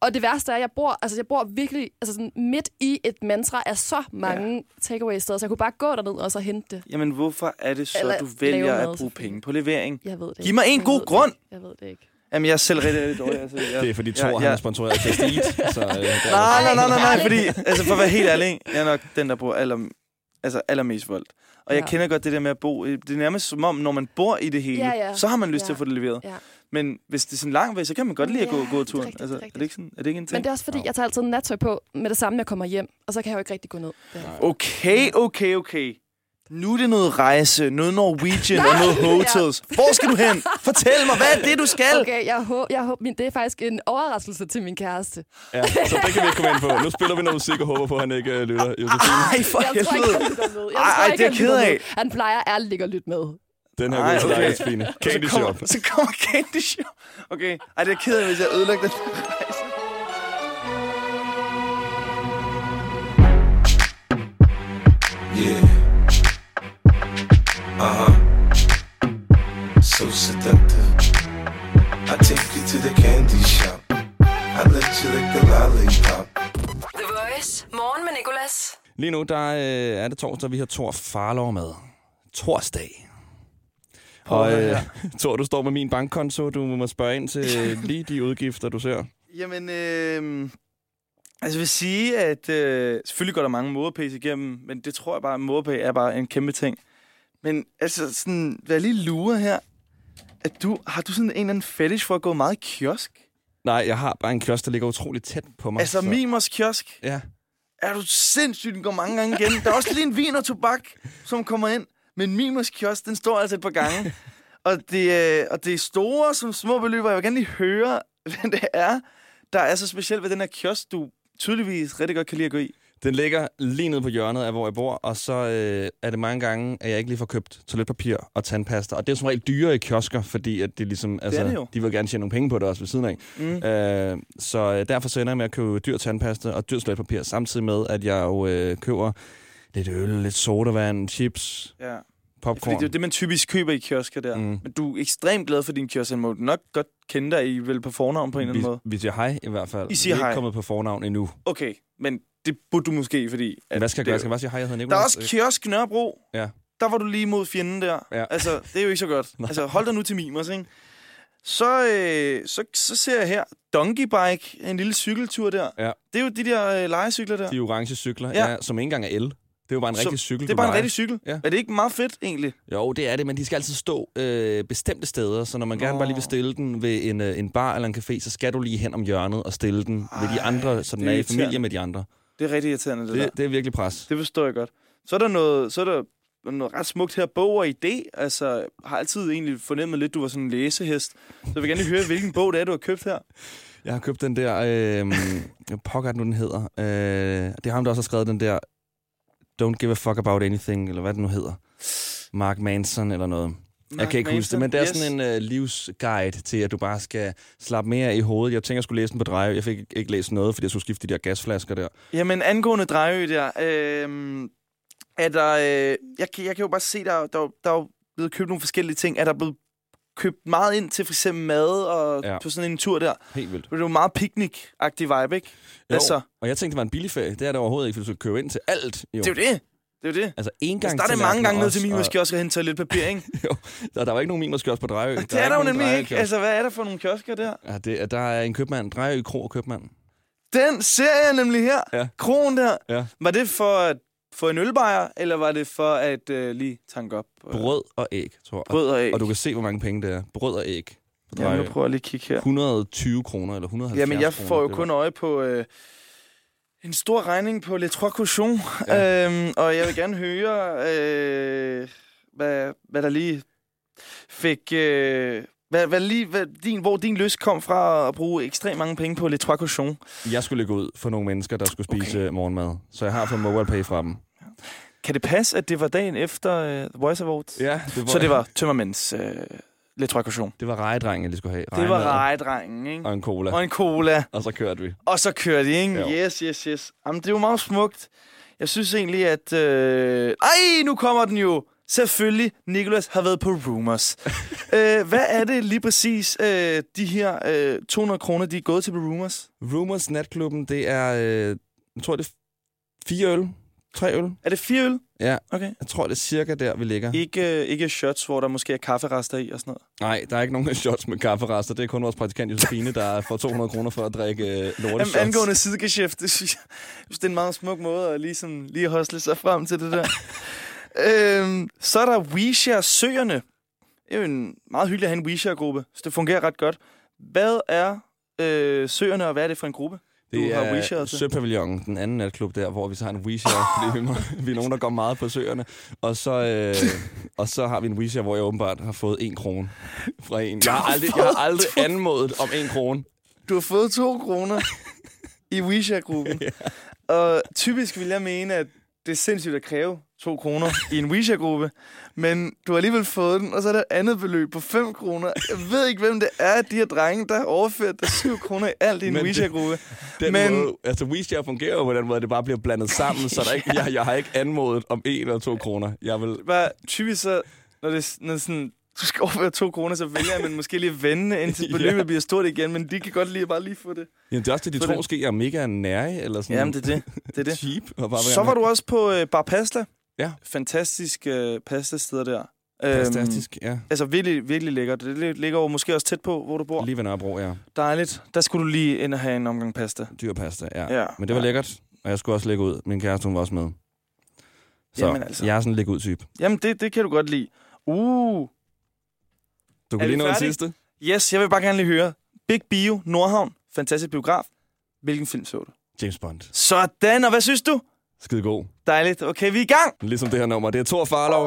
Speaker 4: Og det værste er, at jeg bor, altså, jeg bor virkelig altså, sådan midt i et mantra af så mange takeaway-steder, så jeg kunne bare gå derned og så hente det.
Speaker 5: Jamen, hvorfor er det så,
Speaker 4: Eller
Speaker 5: du
Speaker 4: lave
Speaker 5: vælger
Speaker 4: mad,
Speaker 5: at bruge
Speaker 4: selvfølgelig.
Speaker 5: penge på levering?
Speaker 4: Jeg ved det
Speaker 5: Giv mig en
Speaker 4: Jeg
Speaker 5: god
Speaker 4: ved det
Speaker 5: grund.
Speaker 4: ikke. Jeg ved det ikke.
Speaker 5: Jamen, jeg er selv rigtig, rigtig dårlig. Altså, jeg,
Speaker 2: Det er fordi Thor,
Speaker 5: Ja,
Speaker 2: ja, ja.
Speaker 5: ja.
Speaker 2: han er sponsoreret til Steed. Så, øh, det er-
Speaker 5: Nej, nej, nej, nej, nej,
Speaker 1: Ej.
Speaker 5: fordi altså, for at være helt ærlig, ikke? jeg er nok den, der bruger aller, altså, allermest vold. Og jeg
Speaker 4: Ja.
Speaker 5: ja. kender godt det der med at bo. i- Det er nærmest som om, når man bor i det hele,
Speaker 4: Ja, ja.
Speaker 5: så har man lyst
Speaker 4: Ja.
Speaker 5: til at få det leveret.
Speaker 4: Ja.
Speaker 5: Men hvis det er sådan en lang vej, så kan man godt lide at
Speaker 4: Ja,
Speaker 5: gå,
Speaker 4: det er
Speaker 5: gå turen.
Speaker 4: rigtigt,
Speaker 5: altså,
Speaker 4: det er
Speaker 5: er, det ikke sådan, er det ikke en
Speaker 4: Men
Speaker 5: ting?
Speaker 4: det er også fordi, jeg tager altid nattøj på med det samme, jeg kommer hjem. Og så kan jeg jo ikke rigtig gå ned.
Speaker 2: Nej.
Speaker 5: Okay, okay, okay. Nu er det noget rejse, noget Norwegian og noget hotels. Hvor skal du hen? Fortæl mig, hvad er det, du skal?
Speaker 4: Okay, jeg håber, jeg håber, min, det er faktisk en overraskelse til min kæreste.
Speaker 2: Ja, så det kan vi ikke komme ind på. Nu spiller vi noget musik og håber på, at han ikke øh, lytter. Josefine,
Speaker 5: Ej, for
Speaker 4: Jeg tror ikke, han
Speaker 5: helvede.
Speaker 4: lytter med. Jeg
Speaker 5: Ej,
Speaker 4: tror
Speaker 5: ej,
Speaker 4: ikke,
Speaker 5: det er
Speaker 4: han
Speaker 5: jeg ked
Speaker 4: lytter
Speaker 5: af.
Speaker 4: med. Han plejer ærligt ikke at lytte med.
Speaker 2: den her
Speaker 5: Ej,
Speaker 2: vil til dig,
Speaker 5: okay.
Speaker 2: Josefine.
Speaker 5: Så
Speaker 2: Candy Shop.
Speaker 5: kommer, så kommer Candy Shop. Okay, ej, det er jeg ked af, hvis jeg ødelægger den rejse.
Speaker 6: Yeah. Uh huh. So seductive. I take you to the candy shop. I let you lick the lollipop.
Speaker 1: The Voice. Morgen med Nicolas.
Speaker 2: Lige nu der øh, er det torsdag, vi har Thor Farlov med. Torsdag. Og
Speaker 5: at høre
Speaker 2: øh, Thor, du står med min bankkonto. Du må spørge ind til øh, lige de udgifter, du ser.
Speaker 5: Jamen, øh, altså jeg vil sige, at øh, selvfølgelig går der mange moderpæs igennem, men det tror jeg bare, at moderpæs er bare en kæmpe ting. Men altså, sådan, hvad jeg lige lurer her, at du, har du sådan en eller anden fetish for at gå meget i kiosk?
Speaker 2: Nej, jeg har bare en kiosk, der ligger utrolig tæt på mig.
Speaker 5: Altså,
Speaker 2: så-
Speaker 5: Mimers kiosk,
Speaker 2: Ja.
Speaker 5: er du sindssygt, den går mange gange igen. Der er også lige en vin og tobak, som kommer ind, men Mimers kiosk, den står altså et par gange. Og det, er- og det er store som små beløb, og jeg vil gerne lige høre, hvad det er, der er så specielt ved den her kiosk, du tydeligvis rigtig godt kan lide at gå i.
Speaker 2: Den ligger lige nede på hjørnet af, hvor jeg bor, og så øh, er det mange gange, at jeg ikke lige får købt toiletpapir og tandpasta. Og det er jo som regel dyre i kiosker, fordi at det ligesom, altså,
Speaker 5: det jo.
Speaker 2: de vil gerne tjene nogle penge på det også ved siden af.
Speaker 5: Mm.
Speaker 2: Øh, så øh, derfor sender jeg med at købe dyr tandpasta og dyr toiletpapir, samtidig med, at jeg jo øh, køber lidt øl, lidt sodavand, chips,
Speaker 5: Ja. Fordi
Speaker 2: popcorn.
Speaker 5: det er jo det, man typisk køber i kiosker der.
Speaker 2: Mm.
Speaker 5: Mm. Men du er ekstremt glad for din kiosk, han må du nok godt kende dig i vel på fornavn på en eller anden måde.
Speaker 2: vi, vi siger hej i hvert fald.
Speaker 5: I siger
Speaker 2: vi er
Speaker 5: hej.
Speaker 2: ikke kommet på fornavn endnu.
Speaker 5: Okay, men det burde du måske, fordi... At
Speaker 2: Hvad skal jeg
Speaker 5: det-
Speaker 2: gøre? Skal jeg bare sige hej, jeg hedder
Speaker 5: Der
Speaker 2: Nicolas?
Speaker 5: er også kiosk Nørrebro.
Speaker 2: øh. Ja.
Speaker 5: Der var du lige mod fjenden der.
Speaker 2: Ja.
Speaker 5: Altså, det er jo ikke så godt.
Speaker 2: Nej.
Speaker 5: altså, hold dig nu til mimers, ikke? Så, øh, så, så ser jeg her Donkey Bike, en lille cykeltur der.
Speaker 2: Ja.
Speaker 5: Det er jo de der øh, legecykler der.
Speaker 2: De orange cykler,
Speaker 5: Ja.
Speaker 2: ja. Ja, som ikke engang er el. Det er jo bare en
Speaker 5: Så-
Speaker 2: rigtig cykel,
Speaker 5: det er
Speaker 2: du
Speaker 5: bare en
Speaker 2: lejer.
Speaker 5: rigtig cykel.
Speaker 2: Ja.
Speaker 5: Er det ikke meget fedt, egentlig?
Speaker 2: Jo, det er det, men de skal altid stå øh, bestemte steder, så når man gerne
Speaker 5: Nå.
Speaker 2: bare lige vil stille den ved en, øh, en bar eller en café, så skal du lige hen om hjørnet og stille den Ej, ved de
Speaker 5: Ej,
Speaker 2: andre, så den
Speaker 5: det
Speaker 2: er
Speaker 5: er
Speaker 2: i
Speaker 5: irriterende.
Speaker 2: familie med de andre.
Speaker 5: Det er rigtig irriterende, det, det der.
Speaker 2: Det, det er virkelig pres.
Speaker 5: Det forstår jeg godt. Så er der noget, så er der noget ret smukt her. Bog og idé. Altså, jeg har altid egentlig fornemmet lidt, du var sådan en læsehest. Så jeg vil gerne lige høre, hvilken bog det er, du har købt her.
Speaker 2: Jeg har købt den der, øh, hvad pokker er det nu den hedder, øh, det er ham, der også har skrevet den der, Don't give a fuck about anything, eller hvad det nu hedder. Mark Manson eller noget. Jeg kan ikke huske det, men det er sådan en øh, livsguide til, at du bare skal slappe mere af i hovedet. Jeg tænker, jeg skulle læse den på dreje. Jeg fik ikke læst noget, fordi jeg skulle skifte de der gasflasker der.
Speaker 5: Jamen, angående Drejø der, øh, er der, øh, jeg, kan, jeg kan jo bare se, der, der, der er jo blevet købt nogle forskellige ting. Er der blevet købt meget ind til for eksempel mad og
Speaker 2: Ja.
Speaker 5: ja. på sådan en tur der?
Speaker 2: Helt vildt.
Speaker 5: Det er jo meget picnic-agtig vibe, ikke?
Speaker 2: Jo,
Speaker 5: Altså,
Speaker 2: Og jeg tænkte, det var en billig ferie. Det er det overhovedet ikke, for du skal købe ind til alt. Jo.
Speaker 5: det er jo det. Det er jo det.
Speaker 2: Altså, en gang
Speaker 5: Altså, der er det mange gange ned til min måske også at hente lidt papir, ikke?
Speaker 2: Der, der var ikke nogen min også på Drejø.
Speaker 5: Det er der jo
Speaker 2: nogen
Speaker 5: nemlig ikke.
Speaker 2: Drejø-kiosk.
Speaker 5: Altså, hvad er der for nogle kiosker der?
Speaker 2: Ja, det, er- der er en købmand. Drejø, Kro og købmand.
Speaker 5: Den ser jeg nemlig her.
Speaker 2: Ja.
Speaker 5: Ja. Kronen der.
Speaker 2: Ja.
Speaker 5: Var det for at få en ølbejer, eller var det for at øh, lige tanke op? øh,
Speaker 2: Brød og æg, tror jeg.
Speaker 5: Brød og æg.
Speaker 2: Og du kan se, hvor mange penge det er. Brød og æg. på
Speaker 5: Jamen,
Speaker 2: Drejø.
Speaker 5: nu prøver jeg lige at kigge her.
Speaker 2: 120 kroner eller 170
Speaker 5: Jamen, jeg
Speaker 2: kroner,
Speaker 5: får jo
Speaker 2: det
Speaker 5: kun
Speaker 2: var-
Speaker 5: øje på øh, en stor regning på Les Trois Cochons. Ja. Øhm, og jeg vil gerne høre, øh, hvad, hvad der lige fik... Øh, hvad, hvad lige, hvad, din, hvor din lyst kom fra at bruge ekstremt mange penge på Les Trois Cochons.
Speaker 2: Jeg skulle lægge ud for nogle mennesker, der skulle
Speaker 5: Okay.
Speaker 2: spise okay. morgenmad. Så jeg har fået MobilePay fra dem.
Speaker 5: Kan det passe, at det var dagen efter øh, The Voice Awards?
Speaker 2: Ja, det
Speaker 5: Så det var Tømmermænds øh, Les Trois Cochons.
Speaker 2: Det var rejedrengen, jeg lige skulle have.
Speaker 5: Det var
Speaker 2: Rejemad
Speaker 5: rejedrengen, ikke?
Speaker 2: Og en cola.
Speaker 5: Og en cola.
Speaker 2: Og så kørte vi.
Speaker 5: Og så kører de, ikke?
Speaker 2: Jo.
Speaker 5: Yes, yes, yes. Jamen, det er jo meget smukt. Jeg synes egentlig, at... Øh... Ej, nu kommer den jo! Selvfølgelig, Nicholas har været på Rumors. øh, hvad er det lige præcis, øh, de her øh, 200 kroner, de er gået til på Rumors?
Speaker 2: Rumors Natklubben, det er... Øh, jeg tror, det er fire øl. Tre øl?
Speaker 5: Er det fire øl?
Speaker 2: Ja.
Speaker 5: Okay.
Speaker 2: Jeg tror, det er cirka der, vi ligger.
Speaker 5: Ikke, øh, ikke shots, hvor der måske er kafferester i og sådan noget.
Speaker 2: Nej, der er ikke nogen shots med kafferester. Det er kun vores praktikant Josefine, der får 200 kroner for at drikke øh,
Speaker 5: Jamen,
Speaker 2: lorteshots.
Speaker 5: angående sidegeschæft, det synes jeg, jeg synes, det er en meget smuk måde at lige, sådan, lige hostle sig frem til det der. øhm, så er der Weeshare Søerne. Det er jo en meget hyggelig at have en Weeshare-gruppe, så det fungerer ret godt. Hvad er øh, Søerne, og hvad er det for en gruppe? du
Speaker 2: Det
Speaker 5: har Weesharet
Speaker 2: er
Speaker 5: til?
Speaker 2: Søpavillonen, den anden natklub der, hvor vi så har en Weeshare, fordi vi, må- vi er nogen, der går meget på søerne. Og så, øh, og så har vi en Weeshare, hvor jeg åbenbart har fået en krone fra en. Jeg har aldrig, jeg har aldrig anmodet om en krone.
Speaker 5: Du har fået to kroner i Weeshare-gruppen. Og typisk vil jeg mene, at det er sindssygt at kræve to kroner i en Weeshare-gruppe, men du har alligevel fået den, og så er der et andet beløb på 5 kroner. Jeg ved ikke, hvem det er af de her drenge, der har overført dig 7 kroner i alt i en
Speaker 2: Men det-
Speaker 5: Weeshare-gruppe.
Speaker 2: Den
Speaker 5: Men-
Speaker 2: Men... måde, altså Weeshare fungerer jo på den måde, at det bare bliver blandet sammen, så der ikke, jeg, jeg har ikke anmodet om en eller to kroner. Jeg vil
Speaker 5: Bare typisk så, når det, er- når det er sådan, du skal overføre to kroner, så vælger man måske lige at vende, indtil
Speaker 2: Ja.
Speaker 5: beløbet bliver stort igen, men de kan godt lige bare lige få det.
Speaker 2: Jamen, det er også det, de
Speaker 5: For
Speaker 2: tror
Speaker 5: det-
Speaker 2: måske, jeg er mega nærig, eller sådan
Speaker 5: Jamen, det er det. Det er det.
Speaker 2: cheap. Og bare
Speaker 5: Så var du også på øh, Bar Pasta.
Speaker 2: Ja.
Speaker 5: Fantastisk øh, pastasted der.
Speaker 2: Fantastisk, ja.
Speaker 5: Øhm, altså virkelig, virkelig lækkert. Det lig- ligger jo måske også tæt på, hvor du bor.
Speaker 2: Lige ved Nørrebro, ja.
Speaker 5: Dejligt. Der skulle du lige ind og have en omgang pasta.
Speaker 2: Dyr pasta, ja.
Speaker 5: Ja.
Speaker 2: Men det var
Speaker 5: Ja.
Speaker 2: lækkert, og jeg skulle også lægge ud. Min kæreste, hun var også med. Så
Speaker 5: Jamen altså.
Speaker 2: jeg er sådan en lægge-ud-type.
Speaker 5: Jamen, det, det kan du godt lide. Uh,
Speaker 2: Du
Speaker 5: Er
Speaker 2: kan
Speaker 5: vi
Speaker 2: lige nå den
Speaker 5: færdige?
Speaker 2: sidste.
Speaker 5: yes, jeg vil bare gerne lige høre. Big Bio, Nordhavn. Fantastisk biograf. Hvilken film så du?
Speaker 2: James Bond.
Speaker 5: Sådan, og hvad synes du?
Speaker 2: Skide god.
Speaker 5: Dejligt. Okay, vi er i gang.
Speaker 2: Ligesom det her nummer. Det er Thor Farlov.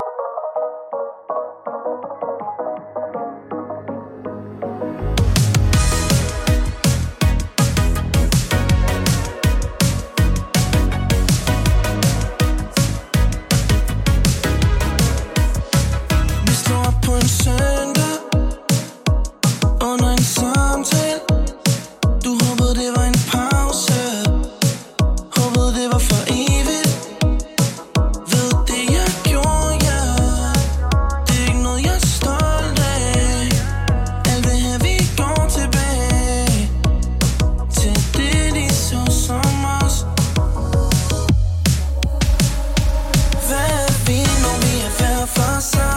Speaker 6: Vi står på en søndag Under en samtale Du håbede det var en pause Håbede det var for evigt Ved det jeg gjorde, ja Det er ikke noget jeg er stolt af Alt det her vi går tilbage Til det de så som os Hvad er vi, når vi er hver for sig?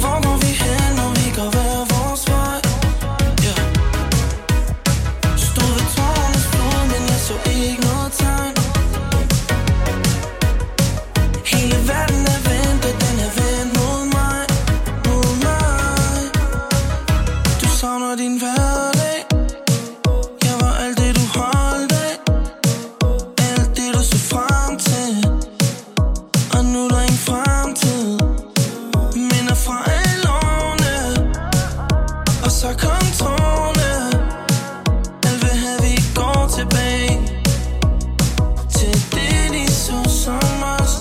Speaker 6: Hvor går vi hen, når vi går hver vores vej? Ja. Stod ved tårnets flod, men jeg så ikke noget tegn. Hele verden er vendt, og den er vendt mod mig, mod mig. Du savner din hverdag. Jeg var alt det, du holdt af. Alt det, du så frem til. Og nu er der ingen fremtid minder fra alle årene Og så kom tårne Alt vil have vi går tilbage Til det de så som os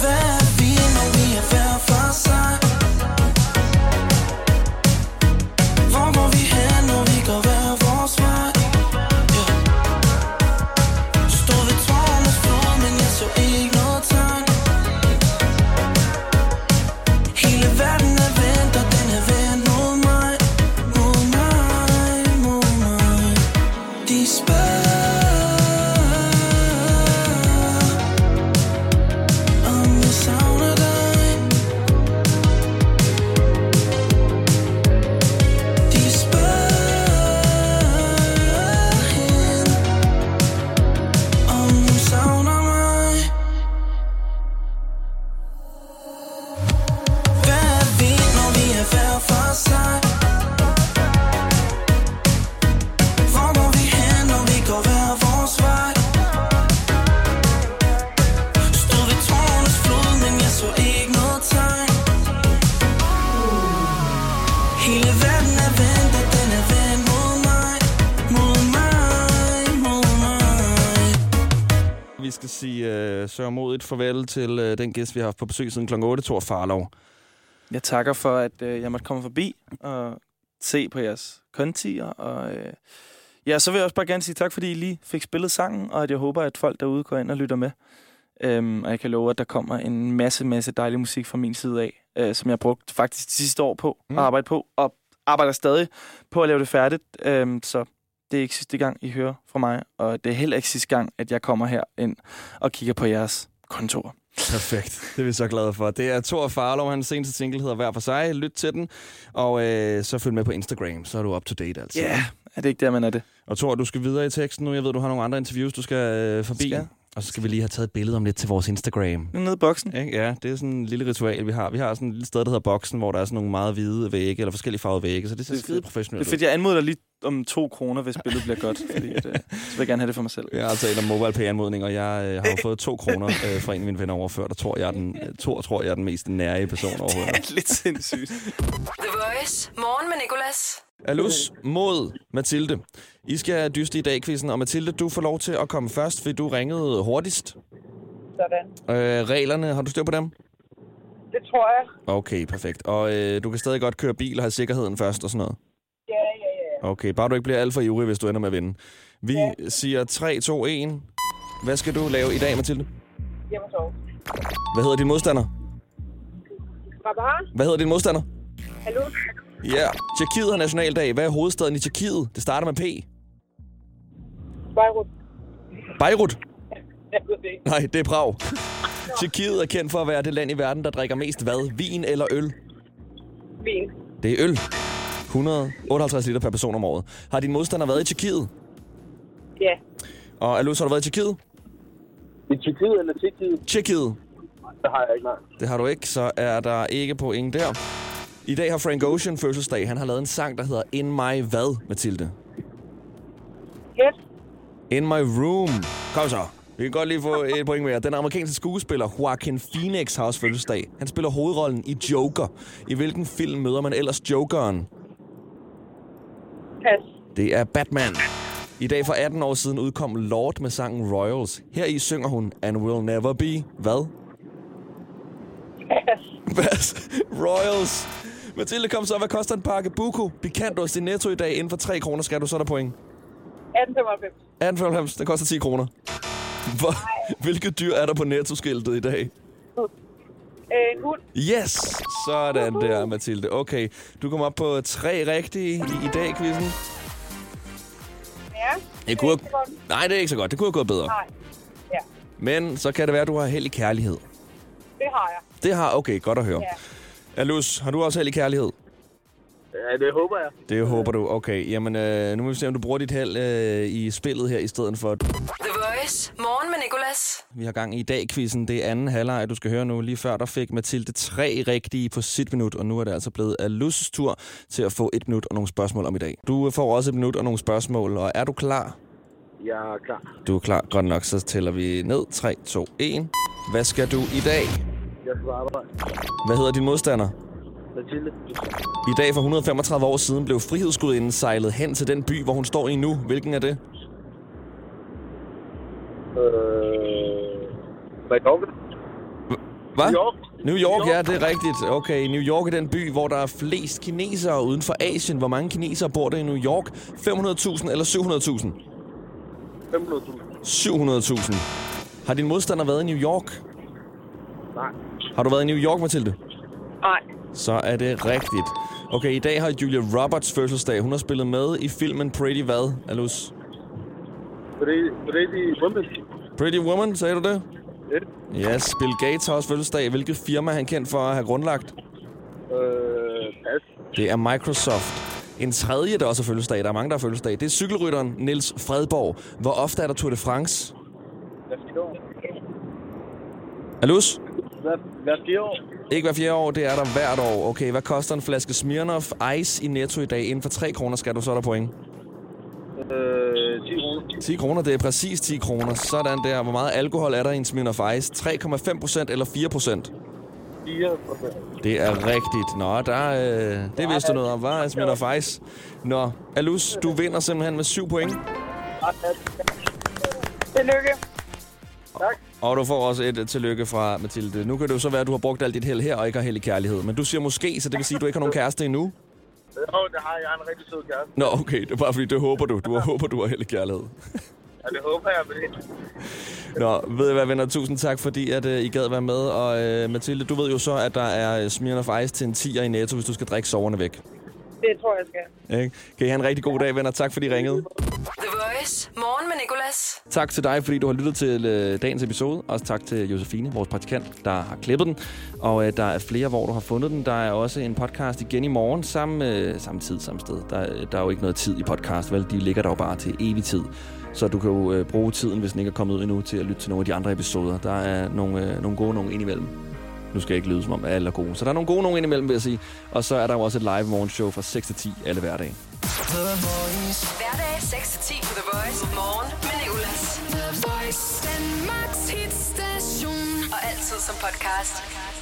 Speaker 6: Hvad er vi, når vi er hver for sig? Hvor går vi hen, når vi går hver vores vej? Ja. Stod ved tårnets flod, men jeg så ikke noget tegn Hele verden er vendt, og den er vendt mod mig Mod mig, mod mig De spørger Om jeg savner dig De spørger hen om hun savner mig Hvad er vi, når vi er hver for sig? Hvor går vi hen, når vi går hver vores vej? Stod ved tårnets flod, men jeg så ikke noget tegn Hele verden er vendt, og den er vendt mod mig Mod mig, mod mig
Speaker 2: Vi skal sige øh, sørmodigt farvel til øh, den gæst, vi har haft på besøg siden kl. 8, Thor Farlov.
Speaker 5: Jeg takker for, at øh, jeg måtte komme forbi og se på jeres kontier. Og, øh, ja, så vil jeg også bare gerne sige tak, fordi I lige fik spillet sangen, og at jeg håber, at folk derude går ind og lytter med. Øhm, og jeg kan love, at der kommer en masse, masse dejlig musik fra min side af, øh, som jeg brugte faktisk de sidste år på at
Speaker 2: Mm.
Speaker 5: arbejde på, og arbejder stadig på at lave det færdigt. Øhm, så det er ikke sidste gang, I hører fra mig, og det er heller ikke sidste gang, at jeg kommer her ind og kigger på jeres kontor.
Speaker 2: Perfekt. Det er vi så glade for. Det er Thor Farlov, hans seneste single hedder Hver for sig. Lyt til den, og øh, så følg med på Instagram, så er du up to date altså.
Speaker 5: Ja, yeah. er det ikke der, man er det?
Speaker 2: Og Thor, du skal videre i teksten nu. Jeg ved, du har nogle andre interviews, du skal øh, forbi.
Speaker 5: Skal jeg?
Speaker 2: Og så skal vi lige have taget et billede om lidt til vores Instagram.
Speaker 5: Nede i boksen.
Speaker 2: Ikke? Ja, det er sådan en lille ritual, vi har. Vi har sådan et lille sted, der hedder Boksen, hvor der er sådan nogle meget hvide vægge, eller forskellige farvede vægge, så det ser
Speaker 5: Det er fedt.
Speaker 2: skide
Speaker 5: Det
Speaker 2: professionelt
Speaker 5: er
Speaker 2: ud.
Speaker 5: fedt, jeg anmoder dig lige om to kroner, hvis billedet bliver godt, fordi at, øh, så vil jeg gerne have det for mig selv.
Speaker 2: Jeg har altså en om mobile anmodning og jeg øh, har jo fået to kroner øh, fra en af mine venner overført, og tror, jeg er den, øh, Thor tror, jeg er den mest nære person overhovedet.
Speaker 5: Lidt sindssygt.
Speaker 1: The Voice. Morgen med Nicolas.
Speaker 2: Alus mod Mathilde. I skal dyste i dag, quizzen, og Mathilde, du får lov til at komme først, fordi du ringede hurtigst.
Speaker 7: Sådan.
Speaker 2: Øh, reglerne, har du styr på dem?
Speaker 7: Det tror jeg.
Speaker 2: Okay, perfekt. Og øh, du kan stadig godt køre bil og have sikkerheden først og sådan noget?
Speaker 7: Ja, ja, ja.
Speaker 2: Okay, bare du ikke bliver alt for ivrig, hvis du ender med at vinde. Vi ja. siger 3, 2, 1. Hvad skal du lave i dag, Mathilde?
Speaker 7: Hjemme og sove.
Speaker 2: Hvad hedder din modstander?
Speaker 7: Rabar?
Speaker 2: Hvad hedder din modstander?
Speaker 7: Hallo?
Speaker 2: Ja, yeah. Tjekkiet har nationaldag. Hvad er hovedstaden i Tjekkiet? Det starter med P.
Speaker 7: Beirut?
Speaker 2: Beirut?
Speaker 7: Jeg ved det ikke.
Speaker 2: Nej, det er Prag. Tjekkiet er kendt for at være det land i verden, der drikker mest hvad? Vin eller øl?
Speaker 7: Min.
Speaker 2: Det er øl. 158 liter per person om året. Har din modstander været i Tjekkiet?
Speaker 7: Ja.
Speaker 2: Og Alus, har du været i Tjekkiet?
Speaker 8: I Tyrkiet eller Tyrkiet,
Speaker 2: Tjekkiet.
Speaker 8: der har jeg ikke nej.
Speaker 2: Det har du ikke, så er der ikke point der. I dag har Frank Ocean fødselsdag. Han har lavet en sang, der hedder In My Hvad, Mathilde?
Speaker 7: Hæt?
Speaker 2: In My Room. Kom så. Vi kan godt lige få et point mere. Den amerikanske skuespiller Joaquin Phoenix har også fødselsdag. Han spiller hovedrollen i Joker. I hvilken film møder man ellers Jokeren?
Speaker 7: Pas.
Speaker 2: Det er Batman. I dag for 18 år siden udkom Lord med sangen Royals. Her i synger hun And Will Never Be. Hvad?
Speaker 7: Pas.
Speaker 2: Bas. Royals. Mathilde, kom så. Hvad koster en pakke buko? Picantost i Netto i dag. Inden for 3 kroner skal du så er der point.
Speaker 7: 1895.
Speaker 2: 18,95. Det koster 10 kroner. Hvor, hvilket dyr er der på Netto-skiltet i dag?
Speaker 7: Øh, en hund?
Speaker 2: Yes! Sådan der, Mathilde. Okay, du kom op på tre rigtige i, i dag, quizzen.
Speaker 7: Ja.
Speaker 2: Det kunne...
Speaker 7: Det er ikke så godt.
Speaker 2: Nej, det er ikke så godt. Det kunne have gået bedre.
Speaker 7: Nej. Ja.
Speaker 2: Men så kan det være, at du har held i kærlighed.
Speaker 7: Det har jeg.
Speaker 2: Det har... Okay, godt at høre.
Speaker 7: Ja.
Speaker 2: Alus, har du også held i kærlighed?
Speaker 8: Ja, det håber jeg.
Speaker 2: Det håber du. Okay, jamen øh, nu må vi se, om du bruger dit held øh, i spillet her, i stedet for...
Speaker 1: The Voice. Morgen med Nicolas.
Speaker 2: Vi har gang i dag quizzen. Det er anden halvleg, du skal høre nu. Lige før, der fik Mathilde tre rigtige på sit minut, og nu er det altså blevet Alus' tur til at få et minut og nogle spørgsmål om i dag. Du øh, får også et minut og nogle spørgsmål, og er du klar?
Speaker 8: Jeg er klar.
Speaker 2: Du er klar. Godt nok, så tæller vi ned. 3, 2, 1. Hvad skal du i dag?
Speaker 8: Jeg skal på arbejde.
Speaker 2: Hvad hedder din modstander?
Speaker 8: Mathilde.
Speaker 2: I dag for 135 år siden blev frihedsgudinden sejlet hen til den by, hvor hun står i nu. Hvilken er det?
Speaker 8: Øh... Mallorca.
Speaker 2: Hvad?
Speaker 8: New York.
Speaker 2: New York, ja, det er rigtigt. Okay, New York er den by, hvor der er flest kinesere uden for Asien. Hvor mange kinesere bor der i New York? 500.000 eller 700.000?
Speaker 8: 500.000.
Speaker 2: 700.000. Har din modstander været i New York?
Speaker 8: Nej.
Speaker 2: Har du været i New York, Mathilde?
Speaker 7: Nej.
Speaker 2: Så er det rigtigt. Okay, i dag har Julia Roberts fødselsdag. Hun har spillet med i filmen Pretty hvad, Alus?
Speaker 8: Brady- Brady Bundes.
Speaker 2: Pretty Woman, sagde du det?
Speaker 8: Ja.
Speaker 2: Yes, Bill Gates har også fødselsdag. Hvilket firma er han kendt for at have grundlagt?
Speaker 8: Øh... Pas.
Speaker 2: Det er Microsoft. En tredje, der også har fødselsdag, der er mange, der har fødselsdag, det er cykelrytteren Niels Fredborg. Hvor ofte er der Tour de France?
Speaker 8: Hver fire år.
Speaker 2: Alus?
Speaker 8: Hver- Hver fire år.
Speaker 2: Ikke hver fjerde år, det er der hvert år. Okay, hvad koster en flaske Smirnoff Ice i Netto i dag? Inden for 3 kroner skal du så er der point.
Speaker 8: Øh... 10 kroner.
Speaker 2: 10 kroner, det er præcis 10 kroner. Sådan der. Hvor meget alkohol er der i en Smirnoff Ice? 3,5 procent eller 4 procent?
Speaker 8: 4 procent.
Speaker 2: Det er rigtigt. Nå, der, øh, det vidste du noget om, var Smirnoff Ice. Nå, Alus, du vinder simpelthen med 7 point.
Speaker 7: Tillykke.
Speaker 2: Og du får også et øh, tillykke fra Mathilde. Nu kan det jo så være, at du har brugt alt dit held her og ikke har held i kærlighed. Men du siger måske, så det vil sige, at du ikke har nogen kæreste endnu?
Speaker 8: Jo, det har jeg. Jeg har en rigtig sød kæreste.
Speaker 2: Nå, okay. Det er bare fordi, det håber du. Du håber, du har held i kærlighed.
Speaker 8: Ja, det håber jeg, fordi...
Speaker 2: Nå, ved jeg hvad, venner? Tusind tak, fordi at, øh, I gad være med. Og øh, Mathilde, du ved jo så, at der er øh, Smirnoff Ice til en 10'er i Netto, hvis du skal drikke soverne væk.
Speaker 7: Det tror jeg, jeg skal.
Speaker 2: Ikke? Kan I have en rigtig god dag, venner. Tak fordi I ringede.
Speaker 1: The Voice. Morgen med Nicolas.
Speaker 2: Tak til dig, fordi du har lyttet til øh, dagens episode. Også tak til Josefine, vores praktikant, der har klippet den. Og øh, der er flere, hvor du har fundet den. Der er også en podcast igen i morgen, samme, øh, samme tid, samme sted. Der, der er jo ikke noget tid i podcast, vel? De ligger der jo bare til evig tid. Så du kan jo øh, bruge tiden, hvis den ikke er kommet ud endnu, til at lytte til nogle af de andre episoder. Der er nogle, øh, nogle gode nogle indimellem. Nu skal jeg ikke lyde som om, at alle er gode. Så der er nogle gode nogle indimellem, vil jeg sige. Og så er der jo også et live morgenshow fra 6 til 10 alle hverdage.
Speaker 1: Hverdag 6-10 på The Voice. Morgen med Nicolas.
Speaker 9: The Voice. Danmarks hitstation.
Speaker 1: Og altid som podcast.